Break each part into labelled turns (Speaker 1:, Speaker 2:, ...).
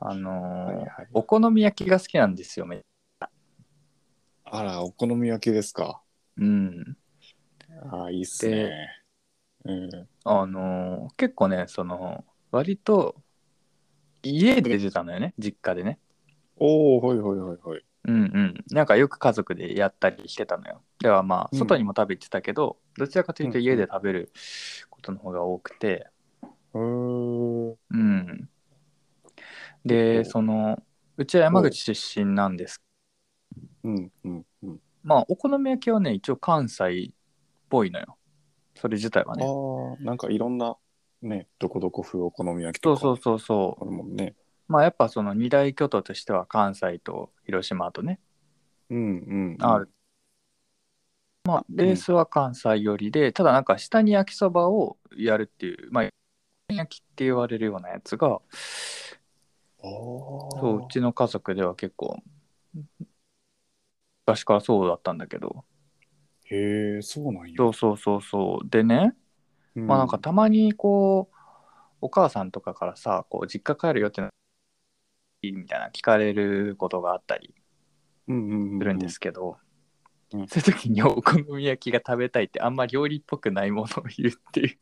Speaker 1: あのー
Speaker 2: はいはい
Speaker 1: お好み焼きが好きなんですよ、め
Speaker 2: あら、お好み焼きですか。
Speaker 1: うん。
Speaker 2: ああ、いいっすね。うん。
Speaker 1: あのー結構ね、その、割と、家で出てたのよね、実家でね。
Speaker 2: おお、ほいほいほいほい。
Speaker 1: うんうん。なんかよく家族でやったりしてたのよ。ではまあ、
Speaker 2: うん
Speaker 1: 外にも食べてたけど、どちらかというと
Speaker 2: うん
Speaker 1: 家で食べることの方が多くて、
Speaker 2: うーん。
Speaker 1: うん。で、その、うちは山口出身なんです
Speaker 2: うんうんうん。
Speaker 1: まあ、お好み焼きはね、一応関西っぽいのよ。それ自体はね。
Speaker 2: ああ、なんかいろんな、ね、どこどこ風お好み焼き
Speaker 1: そ
Speaker 2: と
Speaker 1: う
Speaker 2: か。
Speaker 1: そうそうそ
Speaker 2: あるもんね。
Speaker 1: う。まあ、やっぱその二大巨頭としては関西と広島とね。
Speaker 2: うんうん。
Speaker 1: ある。まあ、ベースは関西寄りで、ただなんか下に焼きそばをやるっていう、まあ、焼きって言われるようなやつが、
Speaker 2: おー
Speaker 1: そう、うちの家族では結構、昔からそうだったんだけど。
Speaker 2: へえ、そうなんや。
Speaker 1: そうそうそうそう。でね、
Speaker 2: う
Speaker 1: まあなんかたまにこうお母さんとかからさこう実家帰るよってないいみたいな聞かれることがあったり
Speaker 2: うんうんうん、
Speaker 1: するんですけど、
Speaker 2: うんうん
Speaker 1: そういう時にお好み焼きが食べたいってあんま料理っぽくないものを言うっていう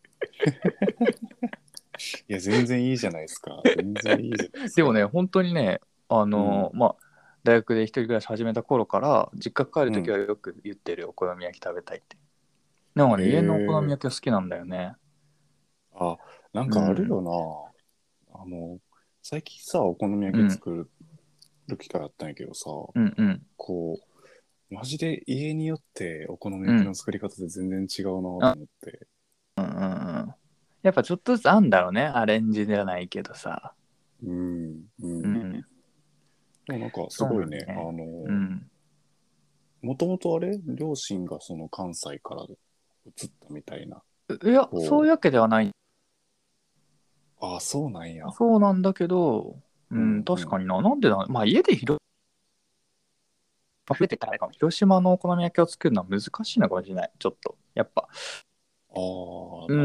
Speaker 2: いや、全然いいじゃないで すか。全然いいじゃないですか。
Speaker 1: でもね本当にねあの、まあ大学で一人暮らし始めた頃から実家帰る時はよく言ってるお好み焼き食べたいって、なんかね
Speaker 2: へー
Speaker 1: 家のお好み焼きが好きなんだよね
Speaker 2: あ、なんかあるよな。あの、最近さ、お好み焼き作る,、機会あったんやけどさ、
Speaker 1: うんうん
Speaker 2: こう、マジで家によってお好み焼きの作り方で全然違うなと思って。
Speaker 1: うんうんうんやっぱちょっとずつあんだろうねアレンジじゃないけどさ
Speaker 2: うん。うん。
Speaker 1: うん
Speaker 2: でもなんかすごいね、
Speaker 1: そう
Speaker 2: あ
Speaker 1: なう
Speaker 2: の、
Speaker 1: ん
Speaker 2: もともとあれ両親がその関西から移ったみたいな。
Speaker 1: いや
Speaker 2: こう
Speaker 1: そういうわけではない
Speaker 2: あ、そうなんや。
Speaker 1: そうなんだけどう
Speaker 2: うんうん
Speaker 1: ん確かにななんでなまあ家で広まあ増えてきたらあれかも広島のお好み焼きを作るのは難しいのかもしれないちょっとやっぱ
Speaker 2: ああ、なるほど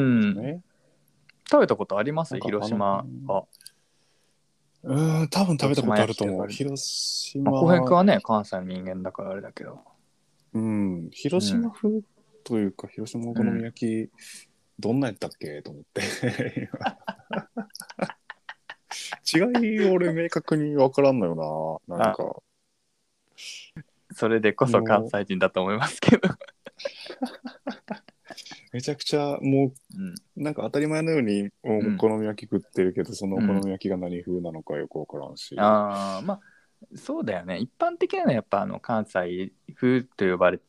Speaker 2: ね。
Speaker 1: 食べたことあります
Speaker 2: なんか
Speaker 1: 広島
Speaker 2: あの
Speaker 1: は
Speaker 2: うーん、多分食べたことあると思う。広
Speaker 1: 広
Speaker 2: 島。
Speaker 1: まあ浩平君はね関西の人間だからあれだけど
Speaker 2: うん、広島風というか、広島お好み焼き、どんなやったっけと思って。今違い、俺、明確に分からんのよな。なんか、
Speaker 1: それでこそ関西人だと思いますけど、
Speaker 2: めちゃくちゃ、も
Speaker 1: うん、
Speaker 2: う、なんか当たり前のようにお
Speaker 1: うん
Speaker 2: お好み焼き食ってるけど、そのお好み焼きが何風なのかよく分からんし。
Speaker 1: ああまあそうだよね一般的なのはやっぱあの関西風と呼ばれて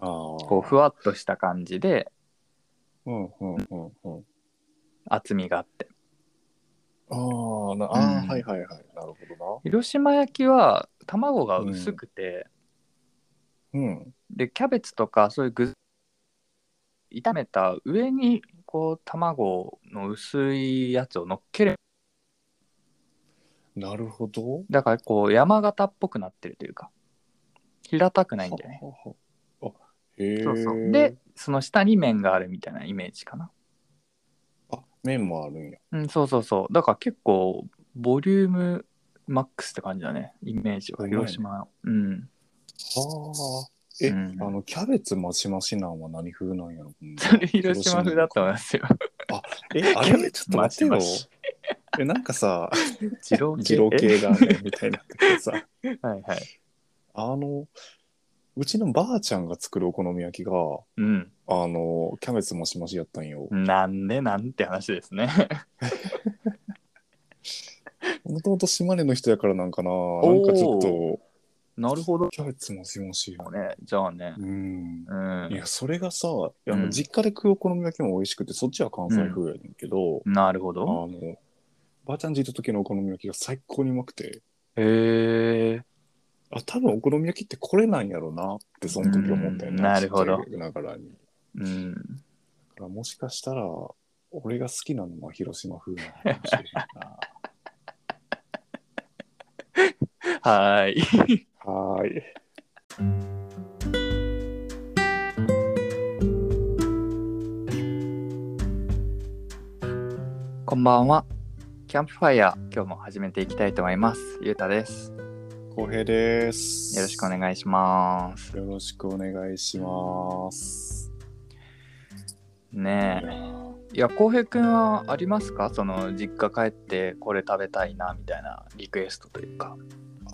Speaker 2: あー
Speaker 1: こうふわっとした感じで
Speaker 2: うんうんうんうん。
Speaker 1: 厚みがあって
Speaker 2: あーなあー、
Speaker 1: うん
Speaker 2: はいはいはい。なるほ
Speaker 1: 広島焼きは卵が薄くて、
Speaker 2: どな。うん。
Speaker 1: でキャベツとかそういう具炒めた上にこう卵の薄いやつを乗っける
Speaker 2: なるほど。
Speaker 1: だからこう山形っぽくなってるというか平たくないんだよね
Speaker 2: はははあへえ。
Speaker 1: そうそうでその下に麺があるみたいなイメージかな
Speaker 2: あ、麺もあるんや。
Speaker 1: うんそうそうそうだから結構ボリュームマックスって感じだねイメージは
Speaker 2: うまいね
Speaker 1: 広島のうん
Speaker 2: はあ。え、
Speaker 1: うん
Speaker 2: あの、キャベツマシマシなんは何風なんやろ
Speaker 1: それ 広島風だと思いますよ
Speaker 2: え、あ
Speaker 1: キャ
Speaker 2: れ
Speaker 1: ベ
Speaker 2: ちょ
Speaker 1: ツ
Speaker 2: っと待って
Speaker 1: マ
Speaker 2: よ
Speaker 1: シマシ。
Speaker 2: え、なんかさ、
Speaker 1: 二郎
Speaker 2: 二郎系がね、みたいなさ、
Speaker 1: はいはい
Speaker 2: あの、うちのばあちゃんが作るお好み焼きが、
Speaker 1: うん
Speaker 2: あの、キャベツマシマシやったんよ。
Speaker 1: なんでなんて話です ね。
Speaker 2: もともと島根の人やからなんかな、な
Speaker 1: お
Speaker 2: ん
Speaker 1: ー
Speaker 2: かちょ
Speaker 1: なるほ
Speaker 2: っと、
Speaker 1: ど。
Speaker 2: キャベツマシマシや
Speaker 1: ね、じゃあね。
Speaker 2: うん。
Speaker 1: うん
Speaker 2: い。や、それがさ、あ
Speaker 1: う
Speaker 2: の
Speaker 1: ん
Speaker 2: 実家で食うお好み焼きも美味しくて、そっちは関西風やねんけど、
Speaker 1: なるほ
Speaker 2: あ
Speaker 1: ど。
Speaker 2: の、ばあちゃんじいた時のお好み焼きが最高にうまくて、
Speaker 1: へえ。
Speaker 2: あ、多分お好み焼きってこれなんやろなって、その時思ったよね。
Speaker 1: うんなるほど
Speaker 2: ちっちゃいながらに。
Speaker 1: うん。
Speaker 2: だからもしかしたら、俺が好きなのは広島風なのかもしれないな。
Speaker 1: は ーい。
Speaker 2: はーい。
Speaker 1: こんばんは。キャンプファイヤー今日も始めていきたいと思います。ゆうたです。
Speaker 2: 浩平です。
Speaker 1: よろしくお願いします。
Speaker 2: よろしくお願いします。
Speaker 1: ねえ。いや、浩平くんはありますかその、実家帰ってこれ食べたいな、みたいなリクエストというか、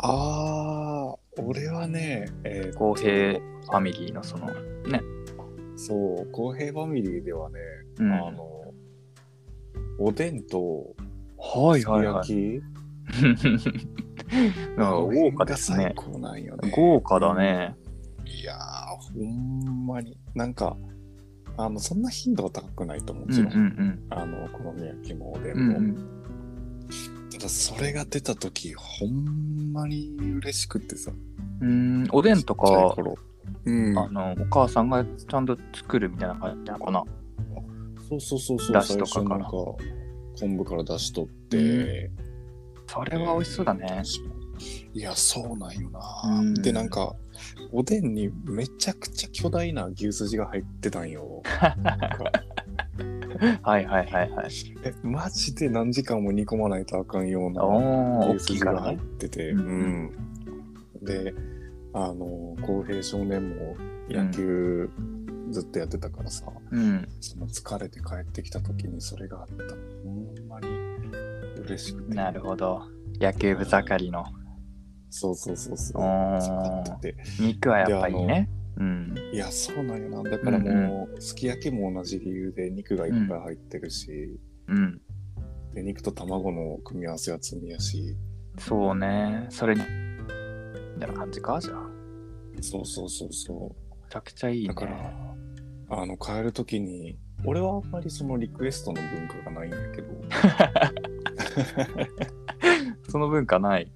Speaker 2: ああ、俺はね、えー
Speaker 1: 浩平ファミリーのその、
Speaker 2: そう、浩平ファミリーではね、
Speaker 1: うん。
Speaker 2: あの、おでんと
Speaker 1: は
Speaker 2: す
Speaker 1: い
Speaker 2: き
Speaker 1: はいは
Speaker 2: 焼
Speaker 1: い。
Speaker 2: き、
Speaker 1: なんか豪華で
Speaker 2: が
Speaker 1: す
Speaker 2: 最
Speaker 1: ね。
Speaker 2: 高なんよね。
Speaker 1: 豪華だね。
Speaker 2: いやー、ほんまに、なんか、あの、そんな頻度は高くないともちろん、
Speaker 1: うん
Speaker 2: あの、お好み焼きもおで
Speaker 1: うんうん
Speaker 2: も。
Speaker 1: ん
Speaker 2: ただ、それが出た時ほんまに嬉しくってさ、
Speaker 1: うん。うん、おでんと
Speaker 2: ちっちゃ
Speaker 1: か
Speaker 2: い、頃うん、
Speaker 1: あの、お母さんがちゃんと作るみたいな感じなのかな。
Speaker 2: そうそうそうそう、
Speaker 1: だしとか
Speaker 2: 最初
Speaker 1: か
Speaker 2: な
Speaker 1: ら
Speaker 2: んか、昆布から出し取って、
Speaker 1: うそれは美味しそうだね。
Speaker 2: いや、そうなんよな、
Speaker 1: うん
Speaker 2: で、なんか、おでんにめちゃくちゃ巨大な牛すじが入ってたんよ。なんか
Speaker 1: はいはいはい はい。
Speaker 2: え、マジで何時間も煮込まないとあかんような
Speaker 1: おー、大
Speaker 2: 牛す
Speaker 1: きい
Speaker 2: じ
Speaker 1: か
Speaker 2: が
Speaker 1: ら
Speaker 2: 入っ
Speaker 1: ね。
Speaker 2: てて、
Speaker 1: う
Speaker 2: うんん。で、あの、公平少年も野球ずっとやってたからさ、
Speaker 1: うん。
Speaker 2: その疲れて帰ってきた時にそれがあったら、ほんまに嬉しくて。
Speaker 1: なるほど。野球部盛りの。
Speaker 2: そうそうそうそ
Speaker 1: お
Speaker 2: う。
Speaker 1: ー
Speaker 2: 使ってて。
Speaker 1: 肉はやっぱいいね。うん。
Speaker 2: いや、そうなんよな。だからもう、すき焼きも同じ理由で肉がいっぱい入ってるし、
Speaker 1: うん。
Speaker 2: で肉と卵の組み合わせは罪やし、
Speaker 1: そうね。それに、みたいな感じかじゃあ。め
Speaker 2: そうそうそうそ。
Speaker 1: ちゃくちゃいうい
Speaker 2: だから、
Speaker 1: ね。
Speaker 2: あの、帰るときに、俺はあんまりそのリクエストの文化がないんだけど、
Speaker 1: その文化ない。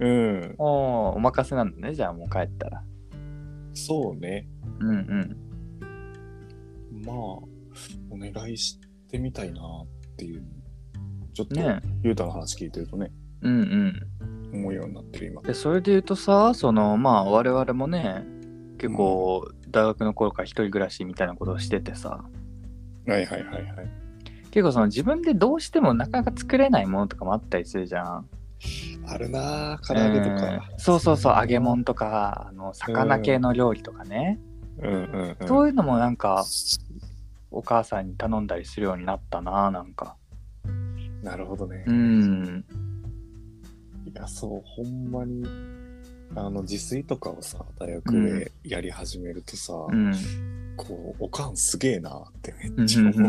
Speaker 2: うん、
Speaker 1: おお、お任せなんだね。じゃあもう帰ったら。
Speaker 2: そうね。
Speaker 1: うんうん。
Speaker 2: まあ、お願いしてみたいなっていう、ちょっと、
Speaker 1: ね
Speaker 2: ゆうたの話聞いてるとね、
Speaker 1: うんうん。
Speaker 2: 思うようになってる今。
Speaker 1: でそれで言うとさそのまあ我々もね結構大学の頃から一人暮らしみたいなことをしててさ
Speaker 2: はいはいはいはい。
Speaker 1: 結構その自分でどうしてもなかなか作れないものとかもあったりするじゃん。
Speaker 2: あるなぁ、唐揚げとか。
Speaker 1: うんそうそうそう揚げ物とかあの魚系の料理とかね、
Speaker 2: うんうんうん。
Speaker 1: そういうのもなんかお母さんに頼んだりするようになったななんか。
Speaker 2: なるほどね
Speaker 1: う。ん
Speaker 2: いや、そう、ほんまに、あの、自炊とかをさ、大学でやり始めるとさ、
Speaker 1: うん
Speaker 2: こう、おかんすげえなってめっちゃ思うよう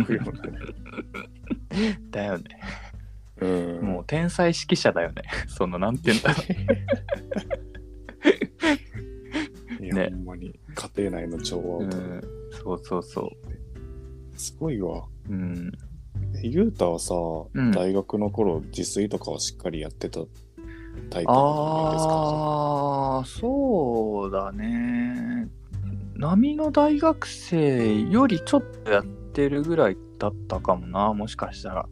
Speaker 2: になる。
Speaker 1: だよね
Speaker 2: うん。
Speaker 1: もう天才指揮者だよね そのなんて言うんだろ
Speaker 2: いや、
Speaker 1: ね
Speaker 2: ほんまに、家庭内の調和
Speaker 1: う、
Speaker 2: をと
Speaker 1: う
Speaker 2: る、
Speaker 1: ん、そうそうそう
Speaker 2: すごいわ。
Speaker 1: うん
Speaker 2: えゆうたはさ、
Speaker 1: ん
Speaker 2: 大学の頃、自炊とかをしっかりやってたタイプなんですか
Speaker 1: ああそうだね波の大学生よりちょっとやってるぐらいだったかもなもしかしたら
Speaker 2: あ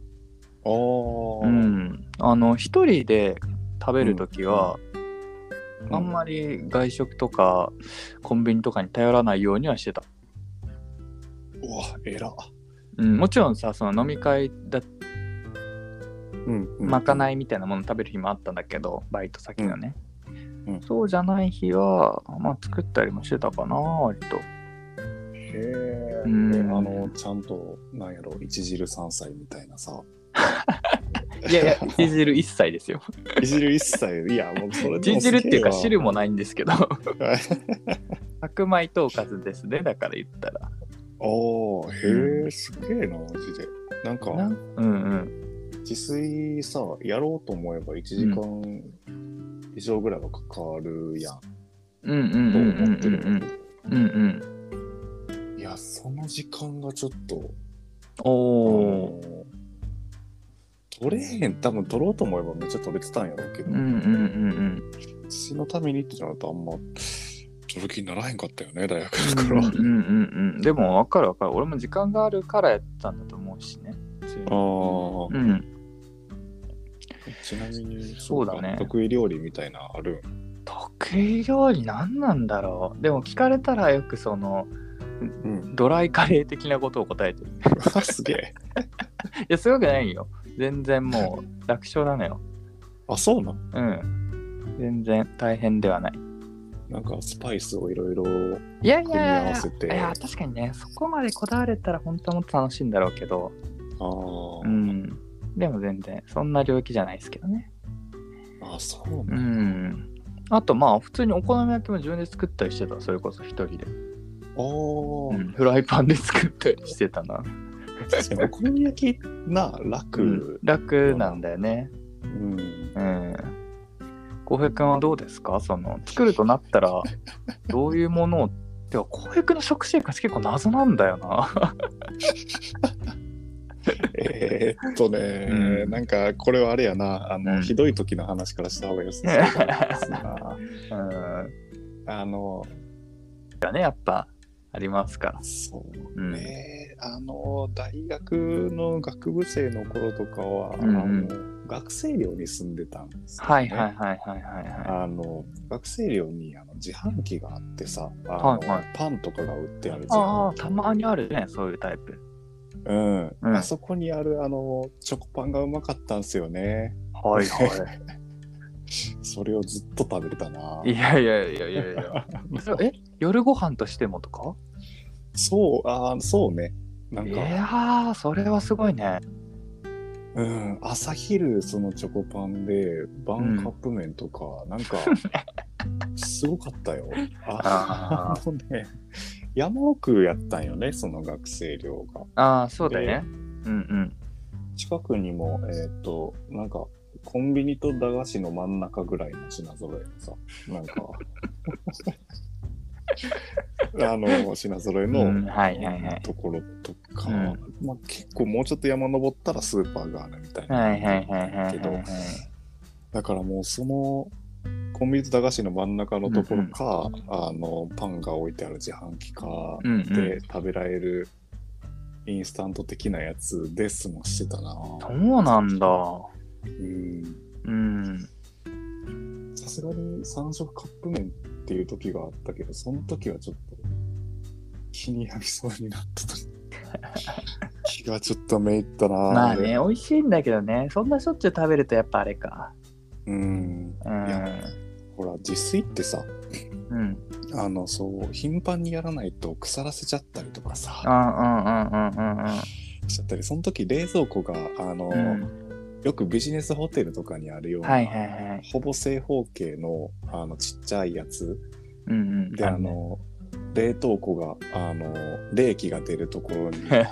Speaker 2: ー
Speaker 1: うんあの一人で食べるときは、あんまり外食とかコンビニとかに頼らないようにはしてた、
Speaker 2: うわ、偉っ。
Speaker 1: うん、もちろんさその飲み会だ
Speaker 2: うん、うん。。
Speaker 1: まかないいみたいなもの食べる日もあったんだけどバイト先のね、
Speaker 2: うんうん
Speaker 1: そうじゃない日は、まあ、作ったりもしてたかな割と
Speaker 2: へえ。
Speaker 1: うん
Speaker 2: であの、ちゃんと、なんやろ、一汁三菜みたいなさ、
Speaker 1: い やいや、一汁一切ですよ。
Speaker 2: いじる一切、いや、もうそれ
Speaker 1: 一汁っていうか汁
Speaker 2: も
Speaker 1: もないんです けど、
Speaker 2: すげえわ。
Speaker 1: 白米とおかずですね、だから言ったら。
Speaker 2: おー、へえ、すげえな、マジで。なん
Speaker 1: な
Speaker 2: か、
Speaker 1: うんうん。
Speaker 2: 自炊さ、やろうと思えば1時間以上ぐらいはかかるやん、
Speaker 1: うんうん
Speaker 2: と
Speaker 1: うん
Speaker 2: 思って
Speaker 1: うんう
Speaker 2: る
Speaker 1: ん
Speaker 2: んだけど
Speaker 1: うんうん。
Speaker 2: いや、その時間がちょっと、
Speaker 1: おお
Speaker 2: あの取れへん、多分取ろうと思えばめっちゃ取れてたんやろうけ
Speaker 1: ー。
Speaker 2: ど、
Speaker 1: うんうんうん
Speaker 2: 自炊のためにってなるとあんま、取る気にならへんかったよね、大学
Speaker 1: うん。
Speaker 2: の頃。
Speaker 1: うんうんうんうん。でも分かる分かる。俺も時間があるからやってたんだと思うしね。普通に
Speaker 2: ああ
Speaker 1: う。ん、
Speaker 2: ちなみに、
Speaker 1: そうだね
Speaker 2: 得意料理みたいなのある
Speaker 1: 得意料理何なんだろうでも聞かれたらよくその
Speaker 2: うん。
Speaker 1: ドライカレー的なことを答えてるい
Speaker 2: すげえ。
Speaker 1: やすごくないよ全然もう楽勝なのよ。
Speaker 2: あ、そうなの
Speaker 1: うん。全然大変ではない。
Speaker 2: なんかスパイスをいろいろ
Speaker 1: いやい
Speaker 2: 組み合
Speaker 1: やい
Speaker 2: わ
Speaker 1: や
Speaker 2: せて。
Speaker 1: いや確かにねそこまでこだわれたら本当はもっと楽しいんだろうけど
Speaker 2: あ
Speaker 1: う
Speaker 2: ー、
Speaker 1: んでも全然そんな領域じゃないですけどね
Speaker 2: あ、そう
Speaker 1: う
Speaker 2: なの
Speaker 1: んあとまあ普通にお好み焼きも自分で作ったりしてたそれこそ一人で、
Speaker 2: あー、
Speaker 1: うんフライパンで作ったりしてたな、
Speaker 2: 確かにお好み焼きな、楽。
Speaker 1: うん楽なんだよね
Speaker 2: う
Speaker 1: う
Speaker 2: ん
Speaker 1: ん浩平君はどうですかその作るとなった らどういうものをでは浩平君の食生活結構謎なんだよ な
Speaker 2: えーっとね、
Speaker 1: うん
Speaker 2: なんかこれはあれやなあの、
Speaker 1: うん
Speaker 2: ひどい時の話からした方がよさそうで すな
Speaker 1: うん
Speaker 2: あの
Speaker 1: がねやっぱありますから
Speaker 2: そう
Speaker 1: うん
Speaker 2: ね、あの大学の学部生の頃とかは、
Speaker 1: うん
Speaker 2: あの学生寮に住んでたんですよね
Speaker 1: はいはいはいはいはいは
Speaker 2: あの学生寮にあの自販機があってさあの、
Speaker 1: はいはい
Speaker 2: パンとかが売ってある
Speaker 1: い。
Speaker 2: 自
Speaker 1: あ
Speaker 2: 販
Speaker 1: あ、
Speaker 2: 機
Speaker 1: たまにあるね、そういうタイプ。
Speaker 2: うん
Speaker 1: うん
Speaker 2: あそこにあるあのチョコパンがうまかったんですよね
Speaker 1: はいは。
Speaker 2: それをずっと食べてたない
Speaker 1: いやいやいやいやいや。え夜ご飯としてもとか
Speaker 2: そう、あーそうね。なん
Speaker 1: い
Speaker 2: か、
Speaker 1: やー、それはすごいね。
Speaker 2: うん、朝昼、そのチョコパンで、晩カップ麺とか、なんか、すごかったよ。
Speaker 1: あ
Speaker 2: ああのね、山奥やったんよね、その学生寮が。
Speaker 1: ああ、そうだよね。うん
Speaker 2: 近くにも、えっ、と、なんか、コンビニと駄菓子の真ん中ぐらいの品揃えのさ、なんか、 あの、品揃え
Speaker 1: うん。
Speaker 2: の、
Speaker 1: うんはいはいはい。
Speaker 2: ところとか、
Speaker 1: うん
Speaker 2: まあ、結構もうちょっと山登ったらスーパーがあるみたいな、
Speaker 1: はいはいはいはい
Speaker 2: け
Speaker 1: はい
Speaker 2: ど
Speaker 1: はい。
Speaker 2: だからもうそのコンビニと駄菓子の真ん中のところか、あのパンが置いてある自販機か
Speaker 1: うんうん
Speaker 2: で食べられるインスタント的なやつで過ごしてたな
Speaker 1: そうなんだ。
Speaker 2: うん
Speaker 1: うん。
Speaker 2: さすがに3食カップ麺っていう時があったけどその時はちょっと気になりそうになったと 気がちょっとめいったな
Speaker 1: まあね、美味しいんだけどね、そんなしょっちゅう食べるとやっぱあれか。
Speaker 2: うん
Speaker 1: うん。
Speaker 2: いやほら自炊ってさ
Speaker 1: うん。
Speaker 2: あのそう頻繁にやらないと腐らせちゃったりとかさ
Speaker 1: あうんうんうんうんうん
Speaker 2: しちゃったりその時冷蔵庫があの、
Speaker 1: うん。
Speaker 2: よくビジネスホテルとかにあるような、
Speaker 1: はいはいはい。
Speaker 2: ほぼ正方形のあのちっちゃいやつ
Speaker 1: うんうん。
Speaker 2: であの冷凍庫があの冷気が出るとこ ろにめっ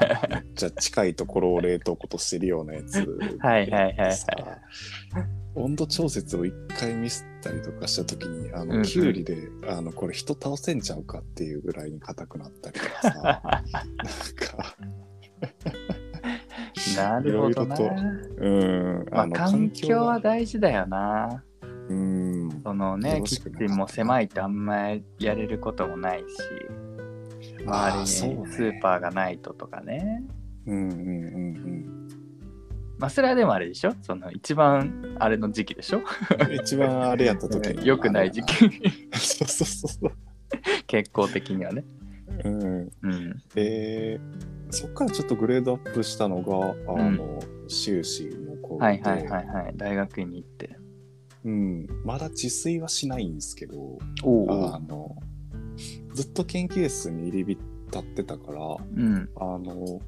Speaker 2: ちゃ近いところを冷凍庫としてるようなやつ
Speaker 1: はいはいはいはい
Speaker 2: さ温度調節を一回ミスったりとかした時にあ
Speaker 1: うんう
Speaker 2: の
Speaker 1: ん
Speaker 2: キュウリで、あのこれ人倒せんちゃうかっていうぐらいに硬くなったりと かさなんか
Speaker 1: なるほどな。
Speaker 2: いろいろとうん
Speaker 1: まあ、
Speaker 2: の
Speaker 1: 環境は
Speaker 2: 環
Speaker 1: 大事だよな。
Speaker 2: がうん
Speaker 1: その
Speaker 2: よ
Speaker 1: ね、
Speaker 2: ろ
Speaker 1: キ
Speaker 2: しくな
Speaker 1: ッチンも狭いってあんまりやれることもないし、
Speaker 2: あー
Speaker 1: 周り
Speaker 2: そう
Speaker 1: に
Speaker 2: ね
Speaker 1: スーパーがないととかね。
Speaker 2: うんうんうん
Speaker 1: まあ、それはでもあれでしょその一番あれの時期でしょ
Speaker 2: うん一番あれやった時 の
Speaker 1: 良くない時期。
Speaker 2: あれそうそうそうそう
Speaker 1: 健康的にはね。
Speaker 2: うん、
Speaker 1: うん。
Speaker 2: でそっからちょっとグレードアップしたのがあの、修士の頃で、
Speaker 1: はいはいはいはい。大学院に行って。
Speaker 2: うん、まだ自炊はしないんですけど
Speaker 1: お
Speaker 2: あ。のずっと研究室に入り浸ってたから
Speaker 1: うん。
Speaker 2: あの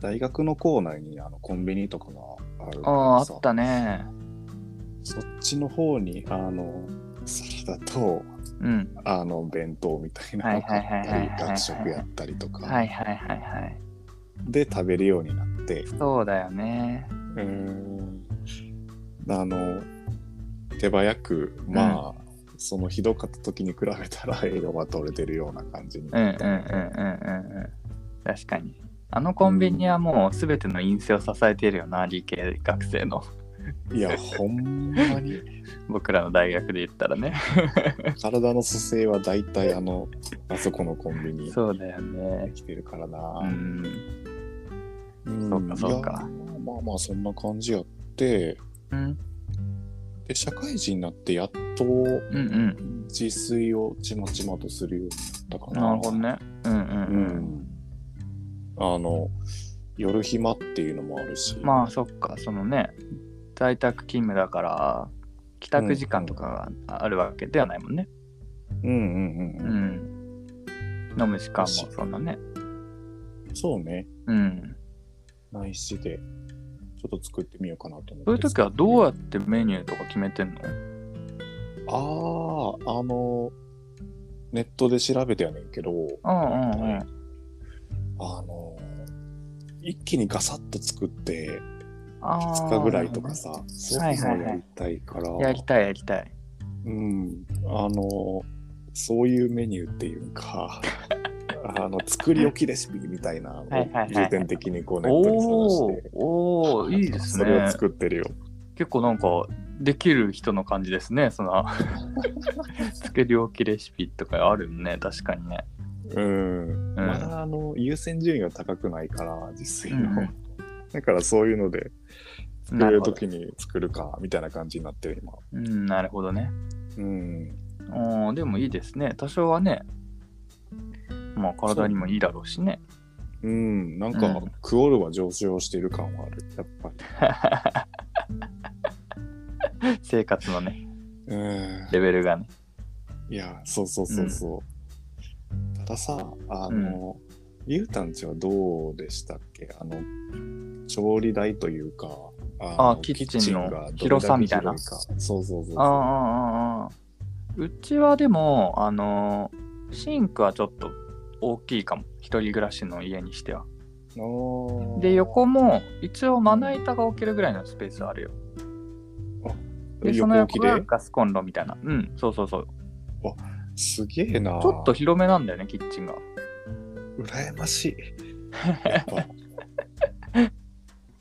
Speaker 2: 大学の校内にあのコンビニとかがある
Speaker 1: あ
Speaker 2: から
Speaker 1: あ、あ
Speaker 2: さ
Speaker 1: ったね。
Speaker 2: そっちの方にあのサラダと
Speaker 1: うん。
Speaker 2: あの弁当みたいなのがあ
Speaker 1: は
Speaker 2: った
Speaker 1: いはいはいはい
Speaker 2: り
Speaker 1: はい
Speaker 2: 学食やったりとか、
Speaker 1: はいはいはいはい。
Speaker 2: で食べるようになって
Speaker 1: そうだよね。
Speaker 2: うーんあの手早くまあ、そのひどかった時に比べたら 栄養は取れてるような感じに
Speaker 1: うんうん
Speaker 2: な
Speaker 1: うん
Speaker 2: っ
Speaker 1: う
Speaker 2: た、
Speaker 1: んうんうん。確かに。あのコンビニはもう全ての陰性を支えているよな、理系学生の。
Speaker 2: いやほんまに
Speaker 1: 僕らの大学で言ったらね。
Speaker 2: 体の蘇生は大体あのあそこのコンビニ
Speaker 1: そうだよね
Speaker 2: で。きてるから
Speaker 1: う
Speaker 2: な、
Speaker 1: ん。
Speaker 2: ん
Speaker 1: そうかそうか
Speaker 2: いやまあまあそんな感じやって
Speaker 1: うん
Speaker 2: で社会人になってやっと
Speaker 1: うんうん。
Speaker 2: 自炊をちまちまとするようになったかな
Speaker 1: なるほどね。うんうん
Speaker 2: あの夜暇っていうのもあるし、
Speaker 1: まあそっかそのね在宅勤務だから帰宅時間とかがあるわけではないもんね
Speaker 2: うんうんう、
Speaker 1: うんん、飲む時間もそんなね
Speaker 2: うん、そうね
Speaker 1: うん
Speaker 2: 内視でちょっと作ってみようかなと思って
Speaker 1: そういう時はどうやってメニューとか決めてんの
Speaker 2: あああのネットで調べてやねんけど
Speaker 1: うんうんうん
Speaker 2: あの一気にガサッと作って
Speaker 1: あー
Speaker 2: 2日ぐらいとかさ、そう
Speaker 1: はいいうはいはい
Speaker 2: のやりたいから、
Speaker 1: やりたいやりたい
Speaker 2: うん、あのそういうメニューっていう かあの作り置きレシピみたいなのを
Speaker 1: はいはいはい
Speaker 2: 重点的にこうネットに探
Speaker 1: お
Speaker 2: し
Speaker 1: ー
Speaker 2: て
Speaker 1: おーいいです
Speaker 2: それを
Speaker 1: ね
Speaker 2: 作ってるよ
Speaker 1: 結構なんかできる人の感じですねそ のつけ料きレシピとかあるね確かにね
Speaker 2: うん、まだあの優先順位が高くないから実炊の、
Speaker 1: うん
Speaker 2: だからそういうので作
Speaker 1: な
Speaker 2: れ
Speaker 1: る
Speaker 2: る
Speaker 1: ほど
Speaker 2: 時に作るかみたいな感じになってる今
Speaker 1: うんなるほどね
Speaker 2: うん
Speaker 1: おーでもいいですね多少はねまあ体にもいいだろうしね
Speaker 2: うんなんか、
Speaker 1: うん
Speaker 2: クオルは上昇してる感はあるやっぱり
Speaker 1: 生活のね
Speaker 2: うん
Speaker 1: レベルがね
Speaker 2: いや、そうそうそうそう。たださ、あの、ゆうたんちはどうでしたっけあの、調理台というか、の
Speaker 1: あキッチンの
Speaker 2: がどれだけ
Speaker 1: 広さみたいな
Speaker 2: 広かそうそうそうそう。
Speaker 1: あああああうちはでもあのーシンクはちょっと大きいかも一人暮らしの家にしては
Speaker 2: おー
Speaker 1: で横も一応まな板が置けるぐらいのスペースあるよでその
Speaker 2: 横置
Speaker 1: 横
Speaker 2: き
Speaker 1: が
Speaker 2: で
Speaker 1: ガスコンロみたいなうんそうそうそう
Speaker 2: すげえな。
Speaker 1: ちょっと広めなんだよねキッチンが
Speaker 2: 羨ましい。や っぱ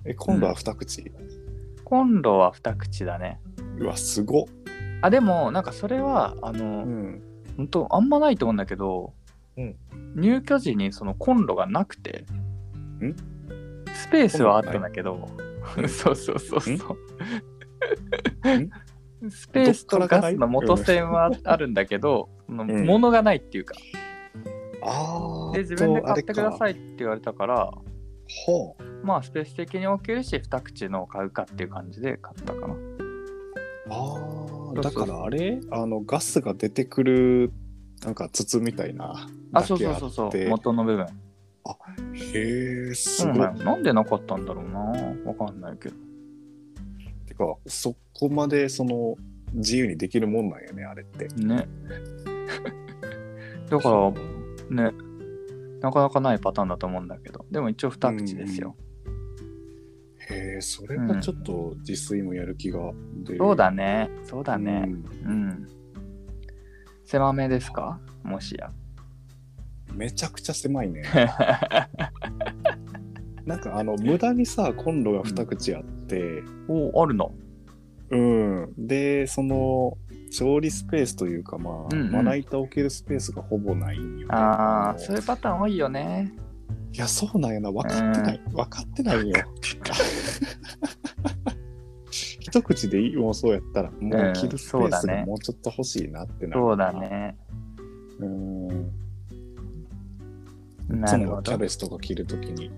Speaker 2: え、今度は二口、
Speaker 1: コンロは二口だね
Speaker 2: うわ、すごっ。
Speaker 1: あでもなんかそれはあの、
Speaker 2: ん。
Speaker 1: 本当あんまないと思うんだけど、
Speaker 2: うん
Speaker 1: 入居時にそのコンロがなくて
Speaker 2: ん
Speaker 1: スペースはあったんだけど そうそうそうそ
Speaker 2: ん
Speaker 1: うスペースと
Speaker 2: どっか
Speaker 1: ガ
Speaker 2: らがない
Speaker 1: スの元栓はあるんだけど、もの
Speaker 2: ん
Speaker 1: 物がないっていうか
Speaker 2: ああ。
Speaker 1: で自分で買ってくだ
Speaker 2: い。
Speaker 1: さいって言われたから
Speaker 2: ほう。
Speaker 1: まあスペース的に置けるし二口のを買うかっていう感じで買ったかな
Speaker 2: あ
Speaker 1: そ
Speaker 2: あ、
Speaker 1: う
Speaker 2: だ
Speaker 1: そう
Speaker 2: からあれあの、ガスが出てくる、なんか筒みたいな。
Speaker 1: あそうそうそうそ
Speaker 2: だけ
Speaker 1: う
Speaker 2: あっ
Speaker 1: 元の部分
Speaker 2: てへえ、す
Speaker 1: そう
Speaker 2: ごい。
Speaker 1: なのなんでなかったんだろうなわかんないけど
Speaker 2: てか、そこまで、その、自由にできるもんなんやね、あれって。
Speaker 1: ね だからね、なかなかないパターンだと思うんだけど、でも一応二口ですよ。
Speaker 2: へえ、それがちょっと自炊もやる気が出る。
Speaker 1: そうだね、そうだね。
Speaker 2: うん
Speaker 1: うん。狭めですかもしや。
Speaker 2: めちゃくちゃ 狭いね。なんかあの、無駄にさ、コンロが二口あって、
Speaker 1: おあるの。
Speaker 2: うん。で、その、調理スペースというか、ま
Speaker 1: う
Speaker 2: あ、
Speaker 1: んうん
Speaker 2: まな板置けるスペースがほぼないんよ、ね。
Speaker 1: あ
Speaker 2: の
Speaker 1: あ、そういうパターン多いよ ね。
Speaker 2: いや、そうなんやな。分かってない。分かってないよ。一口でいいもうそうやったら、もう切るスペ
Speaker 1: そう
Speaker 2: ー
Speaker 1: だ
Speaker 2: ス
Speaker 1: ね
Speaker 2: がもうちょっと欲しいなってなる。
Speaker 1: そうだ。ね。
Speaker 2: うん。い
Speaker 1: な
Speaker 2: つ
Speaker 1: る
Speaker 2: も
Speaker 1: ほ
Speaker 2: キャ
Speaker 1: ど。
Speaker 2: ベツとか切るときに、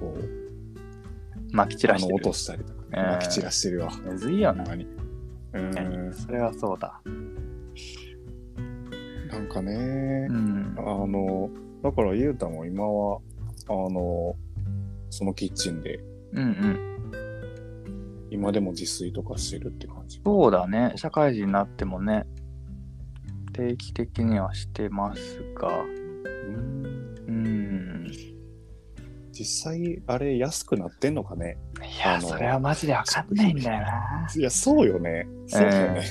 Speaker 2: こう、
Speaker 1: まき散ら
Speaker 2: あ
Speaker 1: し
Speaker 2: の
Speaker 1: て
Speaker 2: 落
Speaker 1: る
Speaker 2: と。したりとかね、
Speaker 1: うん
Speaker 2: 巻き散らしてるわ。
Speaker 1: むずいよ
Speaker 2: ほん
Speaker 1: な。
Speaker 2: まに。うん。
Speaker 1: それはそうだ。
Speaker 2: なんかね
Speaker 1: う、ん
Speaker 2: あ。の、だからゆうたも今は、あの、そのキッチンで、
Speaker 1: うんうん。
Speaker 2: 今でも自炊とかしてるって感じ。
Speaker 1: そうだね。社会人になってもね、定期的にはしてますが、
Speaker 2: うん
Speaker 1: うん。
Speaker 2: 実際あれ安くなってんのかね
Speaker 1: い
Speaker 2: あ
Speaker 1: や、
Speaker 2: の
Speaker 1: それはマジでわかんないんだよな。
Speaker 2: いやそうよねそうよね、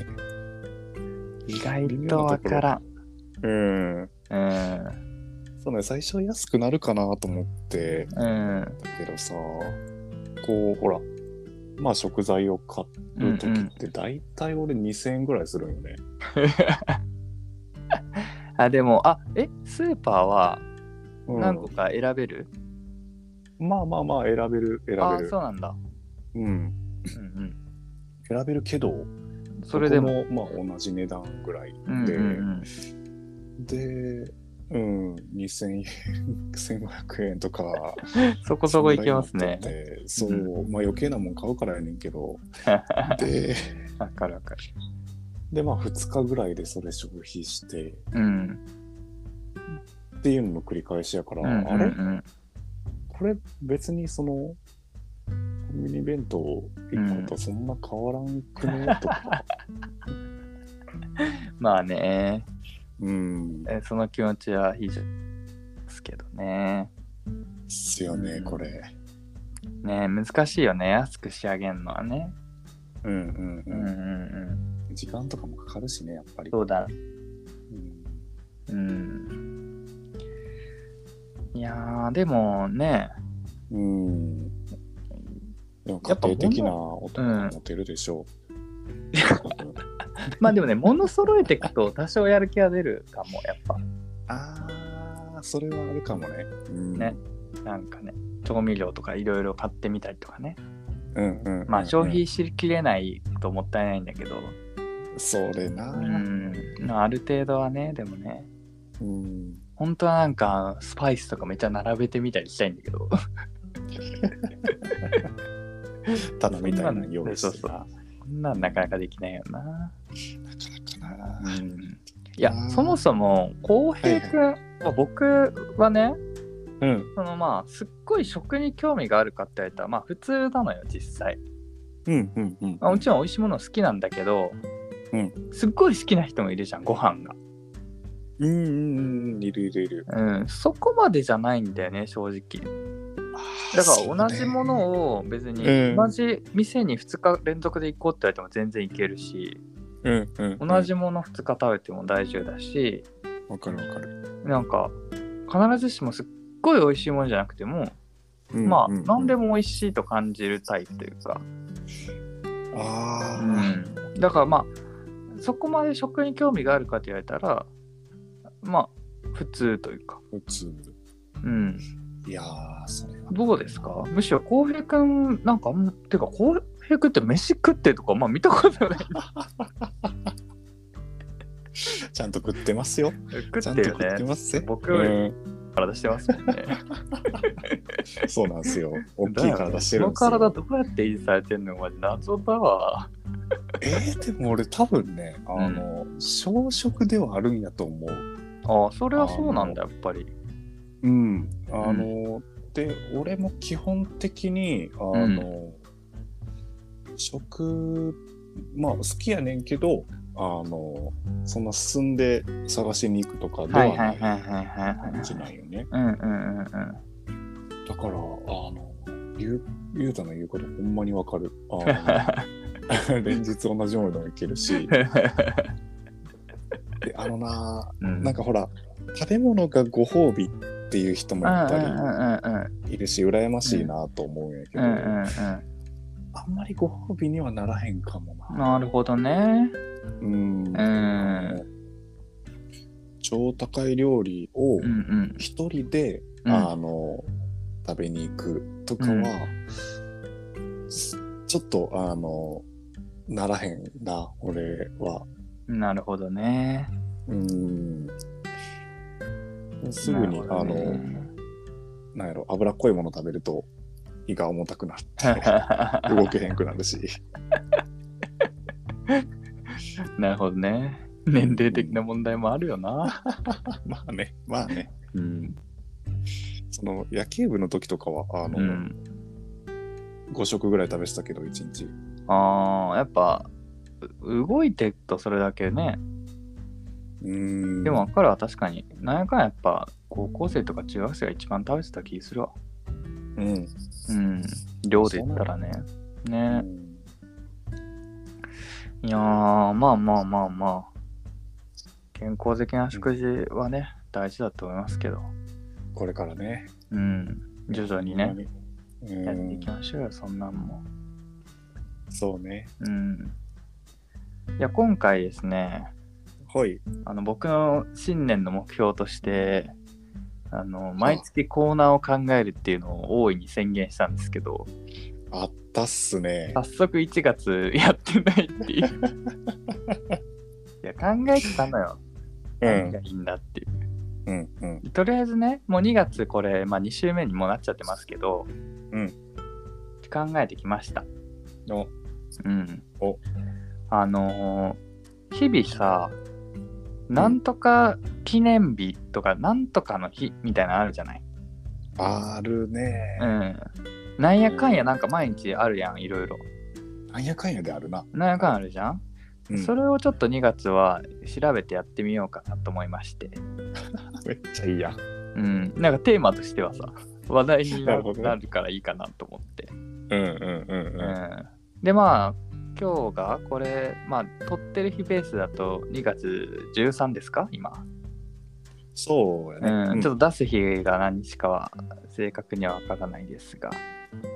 Speaker 1: 意外とわからん。
Speaker 2: うん
Speaker 1: うん。
Speaker 2: そうね最初安くなるかなと思って
Speaker 1: うん。
Speaker 2: だけどさこうほらまあ食材を買
Speaker 1: うんう
Speaker 2: う時っ
Speaker 1: ん。
Speaker 2: て大体俺2000円ぐらいするんよね、
Speaker 1: あ、でも、あ、え、スーパーは
Speaker 2: うん
Speaker 1: 何個か選べる、
Speaker 2: まあまあまあ選べる選
Speaker 1: あ
Speaker 2: べ、る
Speaker 1: そうなんだ。
Speaker 2: うん
Speaker 1: うん
Speaker 2: 選べるけど
Speaker 1: うん。それでも。
Speaker 2: どこもまあ同じ値段ぐらい
Speaker 1: うんうん
Speaker 2: で、
Speaker 1: うん
Speaker 2: でうん、2000円、1500円とか。
Speaker 1: そこそこいけますね。
Speaker 2: そんなになっててそう、まあ余計なもん買うからやねん けど。で、
Speaker 1: わかるわかる。
Speaker 2: で、まあ2日ぐらいでそれ消費して、
Speaker 1: うん。
Speaker 2: っていうのの繰り返しやから、
Speaker 1: うん
Speaker 2: あ
Speaker 1: う
Speaker 2: れ
Speaker 1: ん
Speaker 2: これ別にそのコンビニ弁当1個とそんな変わらんくね、と か、
Speaker 1: うんまあね、
Speaker 2: うん、
Speaker 1: えその気持ちは非常ですけどね。
Speaker 2: っすよね、これ。
Speaker 1: ね難しいよね、安く仕上げるのはね。
Speaker 2: うんう
Speaker 1: うんうん
Speaker 2: んう
Speaker 1: うん。
Speaker 2: ん。時間とかもかかるしね、やっぱり。
Speaker 1: そうだ。
Speaker 2: うん
Speaker 1: うん。いやー、でもね、
Speaker 2: うん。でも家庭的な男がモテるでしょう。うん
Speaker 1: まあでもね、物揃えていくと多少やる気は出るかも、やっぱ。
Speaker 2: ああ、それはあるかもね。うん
Speaker 1: ねなんかね、調味料とかいろいろ買ってみたりとかね。
Speaker 2: うんうんうん
Speaker 1: まあ消費しきれないともったいないんだけど、
Speaker 2: それな。
Speaker 1: う、
Speaker 2: うん
Speaker 1: まあある程度はね、でもね、
Speaker 2: ん。
Speaker 1: 本当はなんかスパイスとかめっちゃ並べてみたりしたいんだけど、
Speaker 2: ただみたいな用意してな。
Speaker 1: そんなんなかなかできないよな。
Speaker 2: なかなか
Speaker 1: う
Speaker 2: な。
Speaker 1: ん、いや
Speaker 2: あ、ー
Speaker 1: そもそも、浩平君は、僕はね、
Speaker 2: うん。
Speaker 1: そのまあ、すっごい食に興味があるかって言われたら、まあ普通なのよ、実際。
Speaker 2: うんうんうん。
Speaker 1: まあもちろん美味しいもの好きなんだけど、
Speaker 2: うん
Speaker 1: すっごい好きな人もいるじゃん、ご飯が。
Speaker 2: うんうんうん。いるいるいる。
Speaker 1: うん、そこまでじゃないんだよね、正直。だから同じも
Speaker 2: を。
Speaker 1: のを別に
Speaker 2: うん
Speaker 1: 同じ店に2日連続で行こうって言われても全然行けるし
Speaker 2: うんうんうん。
Speaker 1: 同。じもの2日食べても大丈夫だし
Speaker 2: わかるわかる。
Speaker 1: なんか必ずしもすっごい美味しいものじゃなくてもまあ何で
Speaker 2: も。
Speaker 1: も美味しいと感じるタイプというかう
Speaker 2: ああ。
Speaker 1: んだからまあそこまで食に興味があるかって言われたらまあ普通というか
Speaker 2: 普通。
Speaker 1: うん
Speaker 2: いやー、それは。
Speaker 1: どうですかむしろ浩平くんなんかあんてか浩平くんって飯食ってとかまあ見たこと ない
Speaker 2: ちゃんと食ってますよ。
Speaker 1: 食
Speaker 2: ちゃ
Speaker 1: っ
Speaker 2: ん
Speaker 1: て
Speaker 2: と
Speaker 1: るよ
Speaker 2: 食って
Speaker 1: ね。
Speaker 2: ますぜ
Speaker 1: 僕より
Speaker 2: うん
Speaker 1: 体してますもんね。
Speaker 2: そうなんですよ。 大きい体してるん
Speaker 1: この
Speaker 2: ですよ。
Speaker 1: 体どうやって維持されてんのマジ謎だわ。
Speaker 2: えー、でも俺多分ね、あの、小食ではあるんやと思う。
Speaker 1: ああ、それはそうなんだ、やっぱり。
Speaker 2: うん。あの、で、俺も基本的に、あの、食、まあ好きやねんけど、あの、そんな進んで探しに行くとかではない
Speaker 1: はいは
Speaker 2: 感じなんよね。
Speaker 1: うんうんうんうん。
Speaker 2: だから、あの、ゆう、ゆうたの言うことほんまにわかる。あ の連日同じものがいけるし、であのな
Speaker 1: うん
Speaker 2: なんかほら、食べ物がご褒美っていう人もやっ
Speaker 1: うん
Speaker 2: ぱ
Speaker 1: うんうん
Speaker 2: りいるし、羨ましいなと思うんやけど、
Speaker 1: うんうんうん
Speaker 2: あんまりご褒美にはならへんかも
Speaker 1: うん
Speaker 2: な。
Speaker 1: なるほどね。
Speaker 2: うん。
Speaker 1: うん
Speaker 2: 超高い料理を
Speaker 1: うんうん
Speaker 2: 一人で、
Speaker 1: うん
Speaker 2: あの、食べに行くとかは、すちょっと、あの、ならへんな、俺は。
Speaker 1: なるほどね。
Speaker 2: うん。すぐに、
Speaker 1: なる
Speaker 2: あ
Speaker 1: ほど
Speaker 2: の、
Speaker 1: ね
Speaker 2: なんやろ、脂っこいもの食べると胃が重たくなって、動けへんくなるし。
Speaker 1: なるほどね。年齢的な問題もあるよな。
Speaker 2: まあね、まあね。
Speaker 1: うん。
Speaker 2: その野球部の時とかは、あの、
Speaker 1: うん、
Speaker 2: 5食ぐらい食べてたけど、1日。
Speaker 1: ああ、やっぱ、う動いてるとそれだけね、
Speaker 2: うーん。
Speaker 1: でも、彼は確かに、なんやかんやっぱ、高校生とか中学生が一番食べてた気するわ。
Speaker 2: うん。
Speaker 1: うん。量で言ったらね。
Speaker 2: う
Speaker 1: ね
Speaker 2: ん
Speaker 1: いやー、まあまあまあまあ。健康的な食事はね、大事だと思いますけど。
Speaker 2: これからね。
Speaker 1: うん。徐々にね、
Speaker 2: ほん
Speaker 1: や
Speaker 2: ま
Speaker 1: っ
Speaker 2: に。
Speaker 1: て
Speaker 2: う
Speaker 1: い
Speaker 2: ん
Speaker 1: き。ましょうよ、そんなんも。
Speaker 2: そうね。
Speaker 1: うん。いや、今回ですね、
Speaker 2: はい。
Speaker 1: あの、僕の新年の目標として、あの、毎月コーナーを考えるっていうのを大いに宣言したんですけど、
Speaker 2: あったっすね。
Speaker 1: 早速1月 やってないっていういや考えてたのよ
Speaker 2: う
Speaker 1: 何
Speaker 2: ん
Speaker 1: が。いいんだっていう、
Speaker 2: うんうん
Speaker 1: とりあえずね、もう2月これ、まあ、2週目にもなっちゃってますけど、
Speaker 2: うん
Speaker 1: 考えてきました。
Speaker 2: お
Speaker 1: うん。
Speaker 2: お
Speaker 1: あのー日々さ、なんとか記念日とか、なんとかの日みたいなのあるじゃない
Speaker 2: あるね
Speaker 1: うん。なんやかんやなんか毎日あるやん、いろいろ。
Speaker 2: なんやかんやであるな、
Speaker 1: なんやかんやあるじゃん、
Speaker 2: うん、
Speaker 1: それをちょっと2月は調べてやってみようかなと思いまして。
Speaker 2: めっちゃいいや
Speaker 1: う
Speaker 2: ん
Speaker 1: ん。なんかテーマとしてはさ、話題に
Speaker 2: な
Speaker 1: な
Speaker 2: るほどね
Speaker 1: なるからいいかなと思って。
Speaker 2: うんうんうんうん
Speaker 1: でまあ今日がこれまあ撮ってる日ベースだと2月13ですか今、
Speaker 2: そうや
Speaker 1: う
Speaker 2: ね
Speaker 1: ん
Speaker 2: うん
Speaker 1: ちょっと出す日が何日かは正確にはわからないですが、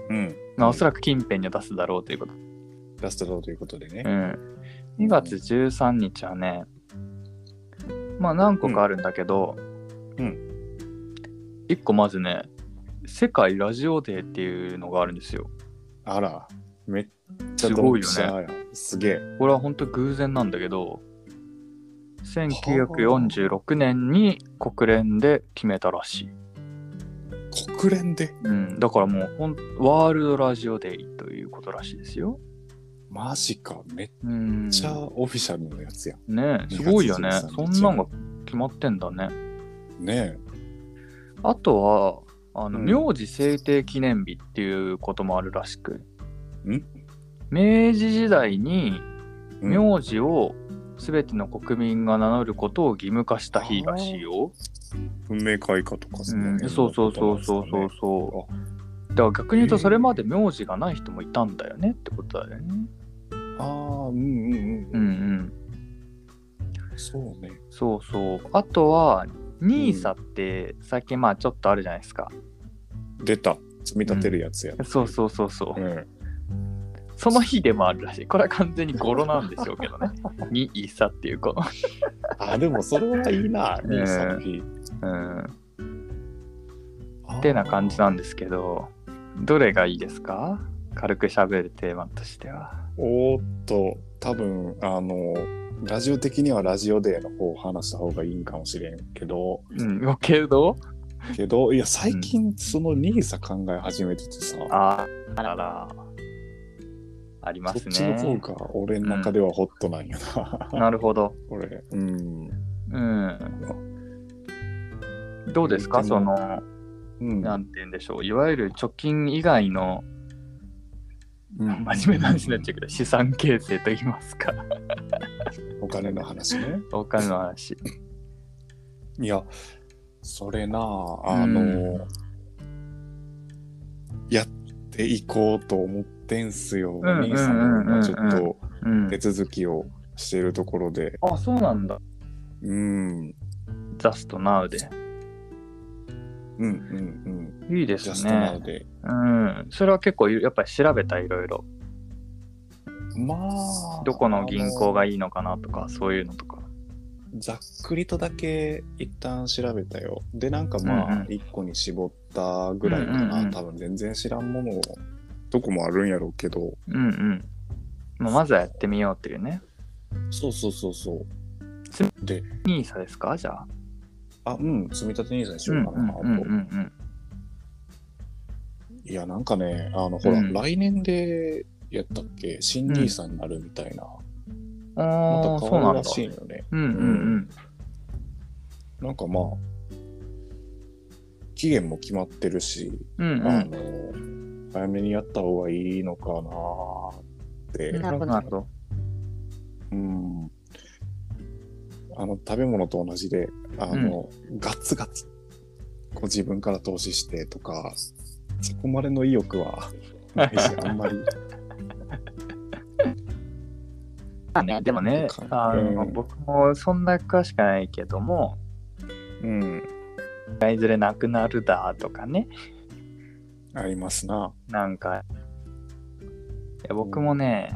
Speaker 2: うん
Speaker 1: まあ、おそらく近辺には出すだろうということ、
Speaker 2: ラストローということでね、
Speaker 1: うん、2月13日はねまあ何個かあるんだけど、
Speaker 2: うんう
Speaker 1: 1個まずね世界ラジオデーっていうのがあるんですよ
Speaker 2: あらめっちゃ
Speaker 1: すごいよね
Speaker 2: ドンピシャやんすげえ
Speaker 1: これは本当偶然なんだけど1946年に国連で決めたらしい、
Speaker 2: 国連で
Speaker 1: うん、だからもうほんワールドラジオデイということらしいですよ、
Speaker 2: マジかめっ
Speaker 1: うん、
Speaker 2: ちゃオフィシャルのやつやん、
Speaker 1: ねえすごいよね
Speaker 2: 2月
Speaker 1: そ
Speaker 2: 13
Speaker 1: ん
Speaker 2: 日
Speaker 1: なんが決まってんだね
Speaker 2: ねえ
Speaker 1: あとはあの、
Speaker 2: うん
Speaker 1: 名字制定記念日っていうこともあるらしく
Speaker 2: ん
Speaker 1: 明治時代に
Speaker 2: うん
Speaker 1: 名字を全ての国民が名乗ることを義務化した日らしいよ、
Speaker 2: 文明開化とかそ
Speaker 1: うん
Speaker 2: の辺の
Speaker 1: そうそうそうそう
Speaker 2: こと
Speaker 1: そ
Speaker 2: なん
Speaker 1: う
Speaker 2: です
Speaker 1: そう。だから逆に言うとそれまで名字がない人もいたんだよねってことだよね。
Speaker 2: かねああう
Speaker 1: う
Speaker 2: んうんうん、
Speaker 1: うんん。
Speaker 2: そうね
Speaker 1: そうそう。あとは NISA って最近まあちょっとあるじゃないですか。
Speaker 2: 出た積み立てるやつや、
Speaker 1: そうそうそうそうう。
Speaker 2: ん
Speaker 1: その日でもあるらしい。これは完全に語呂なんでしょうけ どね。NISA っていうこの。
Speaker 2: あでもそれはいいな
Speaker 1: ねえ
Speaker 2: 兄さんの日
Speaker 1: うん。ってな感じなんですけど、どれがいいですか軽く喋るテーマとしては。
Speaker 2: おーっと多分あのラジオ的にはラジオデーの方を話した方がいいんかもしれんけど
Speaker 1: うん。よけど
Speaker 2: けどいや最近そのニーサ考え始めててさ、
Speaker 1: ああらら。ありま
Speaker 2: そっ
Speaker 1: す
Speaker 2: ちの方
Speaker 1: ね。
Speaker 2: が俺の中ではホットなんよな、
Speaker 1: なるほど。
Speaker 2: これうん
Speaker 1: うん。どうですか、
Speaker 2: うん
Speaker 1: その、
Speaker 2: うん
Speaker 1: なんて言うんでしょう、いわゆる貯金以外の、
Speaker 2: うん
Speaker 1: 真面目な話になっちゃうけど、資産形成といいますか、
Speaker 2: お金の話ね
Speaker 1: お金の話。
Speaker 2: いや、それなあ、あの、
Speaker 1: う
Speaker 2: やっていこうと思ってんすよ。
Speaker 1: うんうんうんうん
Speaker 2: 兄さんがちょっと
Speaker 1: うん
Speaker 2: 手。続きをしてるところで、
Speaker 1: あ、そうなんだ。
Speaker 2: うん、
Speaker 1: Just Now で。
Speaker 2: うん、うん、うん。
Speaker 1: いいで
Speaker 2: ジャ
Speaker 1: す
Speaker 2: ストなの
Speaker 1: ね。
Speaker 2: で。
Speaker 1: うん。それは結構、やっぱり調べた、いろいろ。
Speaker 2: まあ、
Speaker 1: どこの銀行
Speaker 2: あ
Speaker 1: がいいのかなとか、そういうのとか。
Speaker 2: のざっくりとだけ一旦調べたよ。で、なんかま
Speaker 1: うん
Speaker 2: あ
Speaker 1: う、ん
Speaker 2: 一個に絞ったぐらいかな。
Speaker 1: うんうんうん
Speaker 2: 多分全然知らんものを、どこもあるんやろうけど。
Speaker 1: うんうん。まあ、まずはやってみようっていうね。
Speaker 2: そうそうそうそう。で、
Speaker 1: NISA ですかじゃあ。
Speaker 2: あ、うん、積み立て NISA にし
Speaker 1: う
Speaker 2: よ
Speaker 1: ん
Speaker 2: う
Speaker 1: う
Speaker 2: か
Speaker 1: ん
Speaker 2: なと。
Speaker 1: うんうん
Speaker 2: いや、なんかね、あの、ほら、
Speaker 1: うん
Speaker 2: 来年でやったっけ新 NISA になるみたいな。
Speaker 1: うん。
Speaker 2: ま
Speaker 1: ああ、
Speaker 2: た
Speaker 1: そう
Speaker 2: 変
Speaker 1: なん
Speaker 2: わるら
Speaker 1: だ。
Speaker 2: しいのよね。
Speaker 1: うんうんうん。
Speaker 2: なんかまあ、期限も決まってるし、
Speaker 1: うんうん。
Speaker 2: あの、早めにやった方がいいのかなーって。
Speaker 1: なるほど。なるほど。
Speaker 2: うん。あの、食べ物と同じで、あの、ガツガツ、こう自分から投資してとか、そこまでの意欲はない し、あんまり。
Speaker 1: でもね、あの、
Speaker 2: うん
Speaker 1: 僕もそんな詳しくないけども、
Speaker 2: うん。
Speaker 1: いずれなくなるだとかね、
Speaker 2: ありますな。
Speaker 1: なんか、いや僕もね、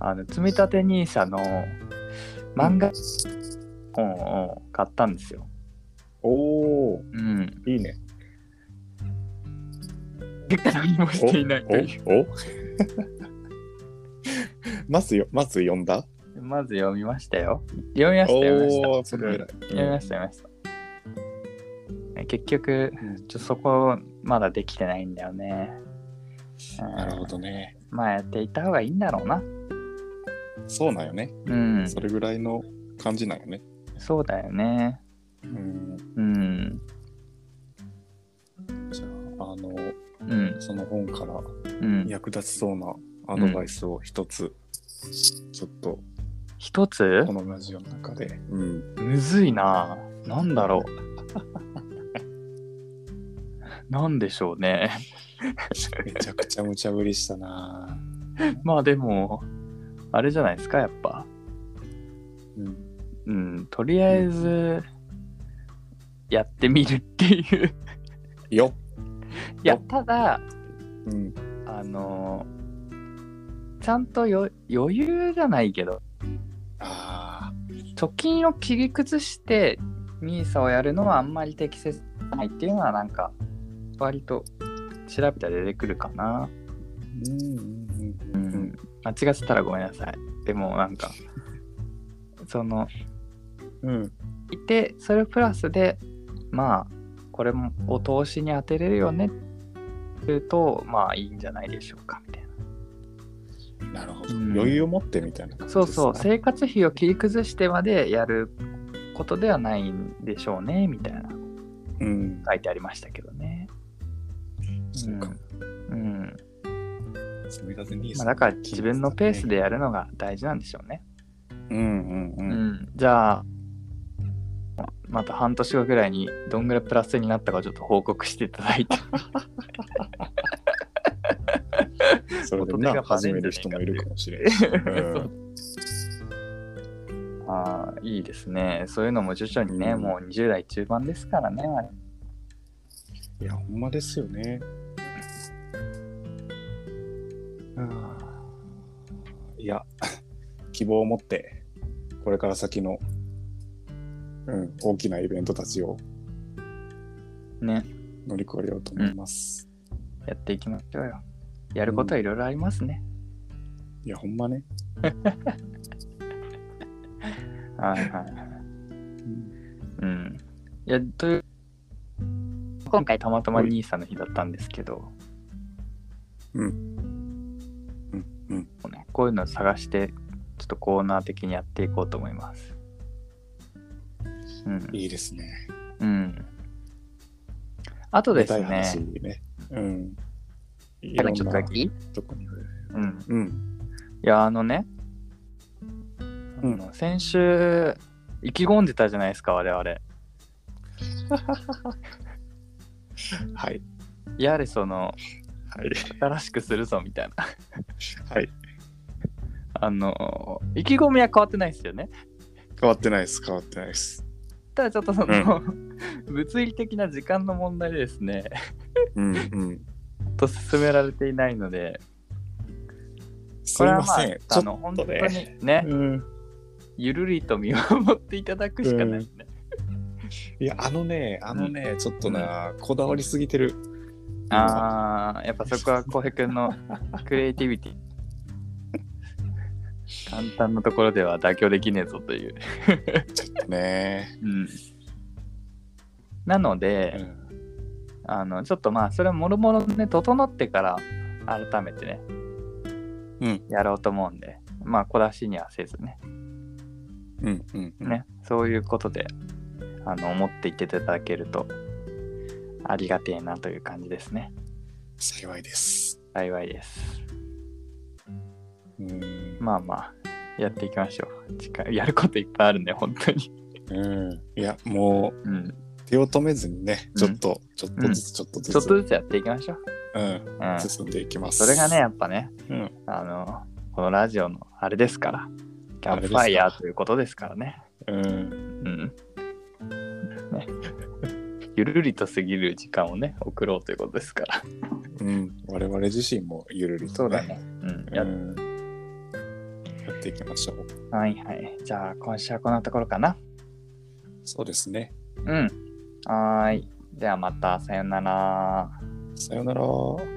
Speaker 1: あの、積み立て NISA の漫画本を買ったんですよ。
Speaker 2: おお、
Speaker 1: うん。
Speaker 2: いいね。
Speaker 1: 結果何もしていないという。
Speaker 2: お おまずよ、まず読んだ
Speaker 1: まず読みましたよ。読みました、読みました。
Speaker 2: おおー、それは偉い。
Speaker 1: 読みました、読みました。結局、
Speaker 2: うん
Speaker 1: ちょそこ、まだできてないんだよね。うん
Speaker 2: なるほどね。
Speaker 1: まあ、やっていた方がいいんだろうな。
Speaker 2: そうなんよね。
Speaker 1: うん。
Speaker 2: それぐらいの感じなんよね。
Speaker 1: そうだよね。
Speaker 2: うん。
Speaker 1: うん。
Speaker 2: じゃあ、あの、
Speaker 1: うん。
Speaker 2: その本から
Speaker 1: うん。
Speaker 2: 役立ちそうなアドバイスを一つ、ちょっと、
Speaker 1: 一つ
Speaker 2: このラジオの中で。うん。
Speaker 1: むずいな。なんだろう。 なんでしょうね。
Speaker 2: めちゃくちゃ無茶ぶりしたな
Speaker 1: まあでも、あれじゃないですか、やっぱ。
Speaker 2: うん。
Speaker 1: うん、とりあえず、やってみるっていう。
Speaker 2: よ
Speaker 1: いや、ただ、
Speaker 2: うん。
Speaker 1: あのちゃんとよ余裕じゃないけど、
Speaker 2: あ
Speaker 1: 貯金を切り崩して、NISA をやるのはあんまり適切じゃないっていうのは、なんか、割と調べたら出てくるかな。
Speaker 2: あ。うんうん
Speaker 1: う
Speaker 2: うんうん
Speaker 1: ん、間違ってたらごめんなさい。でも、なんか、その、
Speaker 2: うん。うん。
Speaker 1: いてそれプラスでまあこれもお投資に当てれるよねっていうとまあいいんじゃないでしょうかみたい
Speaker 2: なるほ
Speaker 1: う
Speaker 2: ど。
Speaker 1: ん
Speaker 2: 余裕を持ってみたいな
Speaker 1: な
Speaker 2: 感じ
Speaker 1: そうそう
Speaker 2: ですね
Speaker 1: 生活費を切り崩してまでやることではないんでしょうねみたいな
Speaker 2: うん。
Speaker 1: 書いてありましたけどね
Speaker 2: そうかも。
Speaker 1: うん、
Speaker 2: 積み立て n i
Speaker 1: まあ、だから自分のペースで。やるのが大事なんでしょうね
Speaker 2: うんうんう。
Speaker 1: うんんじゃあまた半年後ぐらいにどんぐらいプラスになったかちょっと報告していただいて
Speaker 2: それで
Speaker 1: 音手
Speaker 2: な、
Speaker 1: がバ
Speaker 2: 始
Speaker 1: ネ
Speaker 2: め
Speaker 1: んじゃねえかっていう
Speaker 2: る人もいるかもしれない。 うん
Speaker 1: ああいいですねそういうのも徐々にね、
Speaker 2: うん
Speaker 1: もう20代中盤ですからねあれ
Speaker 2: いや、ほんまですよね。あーいや、 希望を持って、これから先の、うん、大きなイベントたちを
Speaker 1: ね
Speaker 2: 乗り越えようと思います。
Speaker 1: やっていきましょうよやることはいろいろありますね、
Speaker 2: いや、ほんまね。
Speaker 1: はいはいはい
Speaker 2: うん
Speaker 1: うんいやという今回たまたま兄さんの日だったんですけど
Speaker 2: うんうんうん
Speaker 1: こうねこういうのを探してちょっとコーナー的にやっていこうと思いますうん
Speaker 2: いいですね。
Speaker 1: うんあとです
Speaker 2: めたい話
Speaker 1: ね
Speaker 2: ね。うん。い
Speaker 1: ち
Speaker 2: ろ
Speaker 1: ょ
Speaker 2: ん
Speaker 1: っと
Speaker 2: な
Speaker 1: だけいい
Speaker 2: とこに。
Speaker 1: うん
Speaker 2: うん。
Speaker 1: いや、あのね、
Speaker 2: うん
Speaker 1: あの先週、意気込んでたじゃないですか、我々。
Speaker 2: はい。
Speaker 1: やれ、その、
Speaker 2: はい。
Speaker 1: 新しくするぞ、みたいな。
Speaker 2: はい。
Speaker 1: あの、意気込みは変わってないですよね。
Speaker 2: 変わってないです。変わってないです。
Speaker 1: ただ、ちょっとその、 物理的な時間の問題でですね、 ち
Speaker 2: うん うん。
Speaker 1: ょっと進められていないので、
Speaker 2: す
Speaker 1: こ
Speaker 2: い
Speaker 1: れは
Speaker 2: ま
Speaker 1: まあ、
Speaker 2: せん。
Speaker 1: あの、本当にね、
Speaker 2: うん。
Speaker 1: ゆるりと見守っていただくしかないですね。
Speaker 2: いや、あのね、あのね、ちょっとな、こだわりすぎてる。
Speaker 1: ああ、やっぱそこは浩平君の クリエイティビティ。簡単なところでは妥協できねえぞという。
Speaker 2: ね。
Speaker 1: なので、あのちょっとまあそれはもろもろね整ってから改めてね、
Speaker 2: うん
Speaker 1: やろうと思うんでまあ小出しにはせずね,、
Speaker 2: うん、うん、うん。
Speaker 1: ねそういうことであの思っていっていただけるとありがてえなという感じですね
Speaker 2: 幸いです。
Speaker 1: 幸いです
Speaker 2: うん。
Speaker 1: まあまあやっていきましょう時間やることいっぱいあるね本当に
Speaker 2: うん。いや、もう、
Speaker 1: うん
Speaker 2: 手を止めずにね、ちょっと、ちょっとずつ、ちょっとずつ、
Speaker 1: ちょっとずつやっていきましょう、
Speaker 2: うん、
Speaker 1: うん、
Speaker 2: 進んでいきます。
Speaker 1: それがね、、やっぱね、
Speaker 2: うん
Speaker 1: あの、このラジオのあれですから、キャ
Speaker 2: あ
Speaker 1: ンプ
Speaker 2: れです
Speaker 1: フ
Speaker 2: か
Speaker 1: ァイヤーということですからね。
Speaker 2: う
Speaker 1: う
Speaker 2: ん。
Speaker 1: ん。ねゆるりと過ぎる時間をね、送ろうということですから。
Speaker 2: うん。我々自身もゆるりと、ね。。
Speaker 1: うん。
Speaker 2: や
Speaker 1: や
Speaker 2: ん。やっていきましょう。
Speaker 1: はいはい。じゃあ、今週はこんなところかな。
Speaker 2: そうですね。
Speaker 1: うん。はーい。ではまた、さよなら。
Speaker 2: さよなら。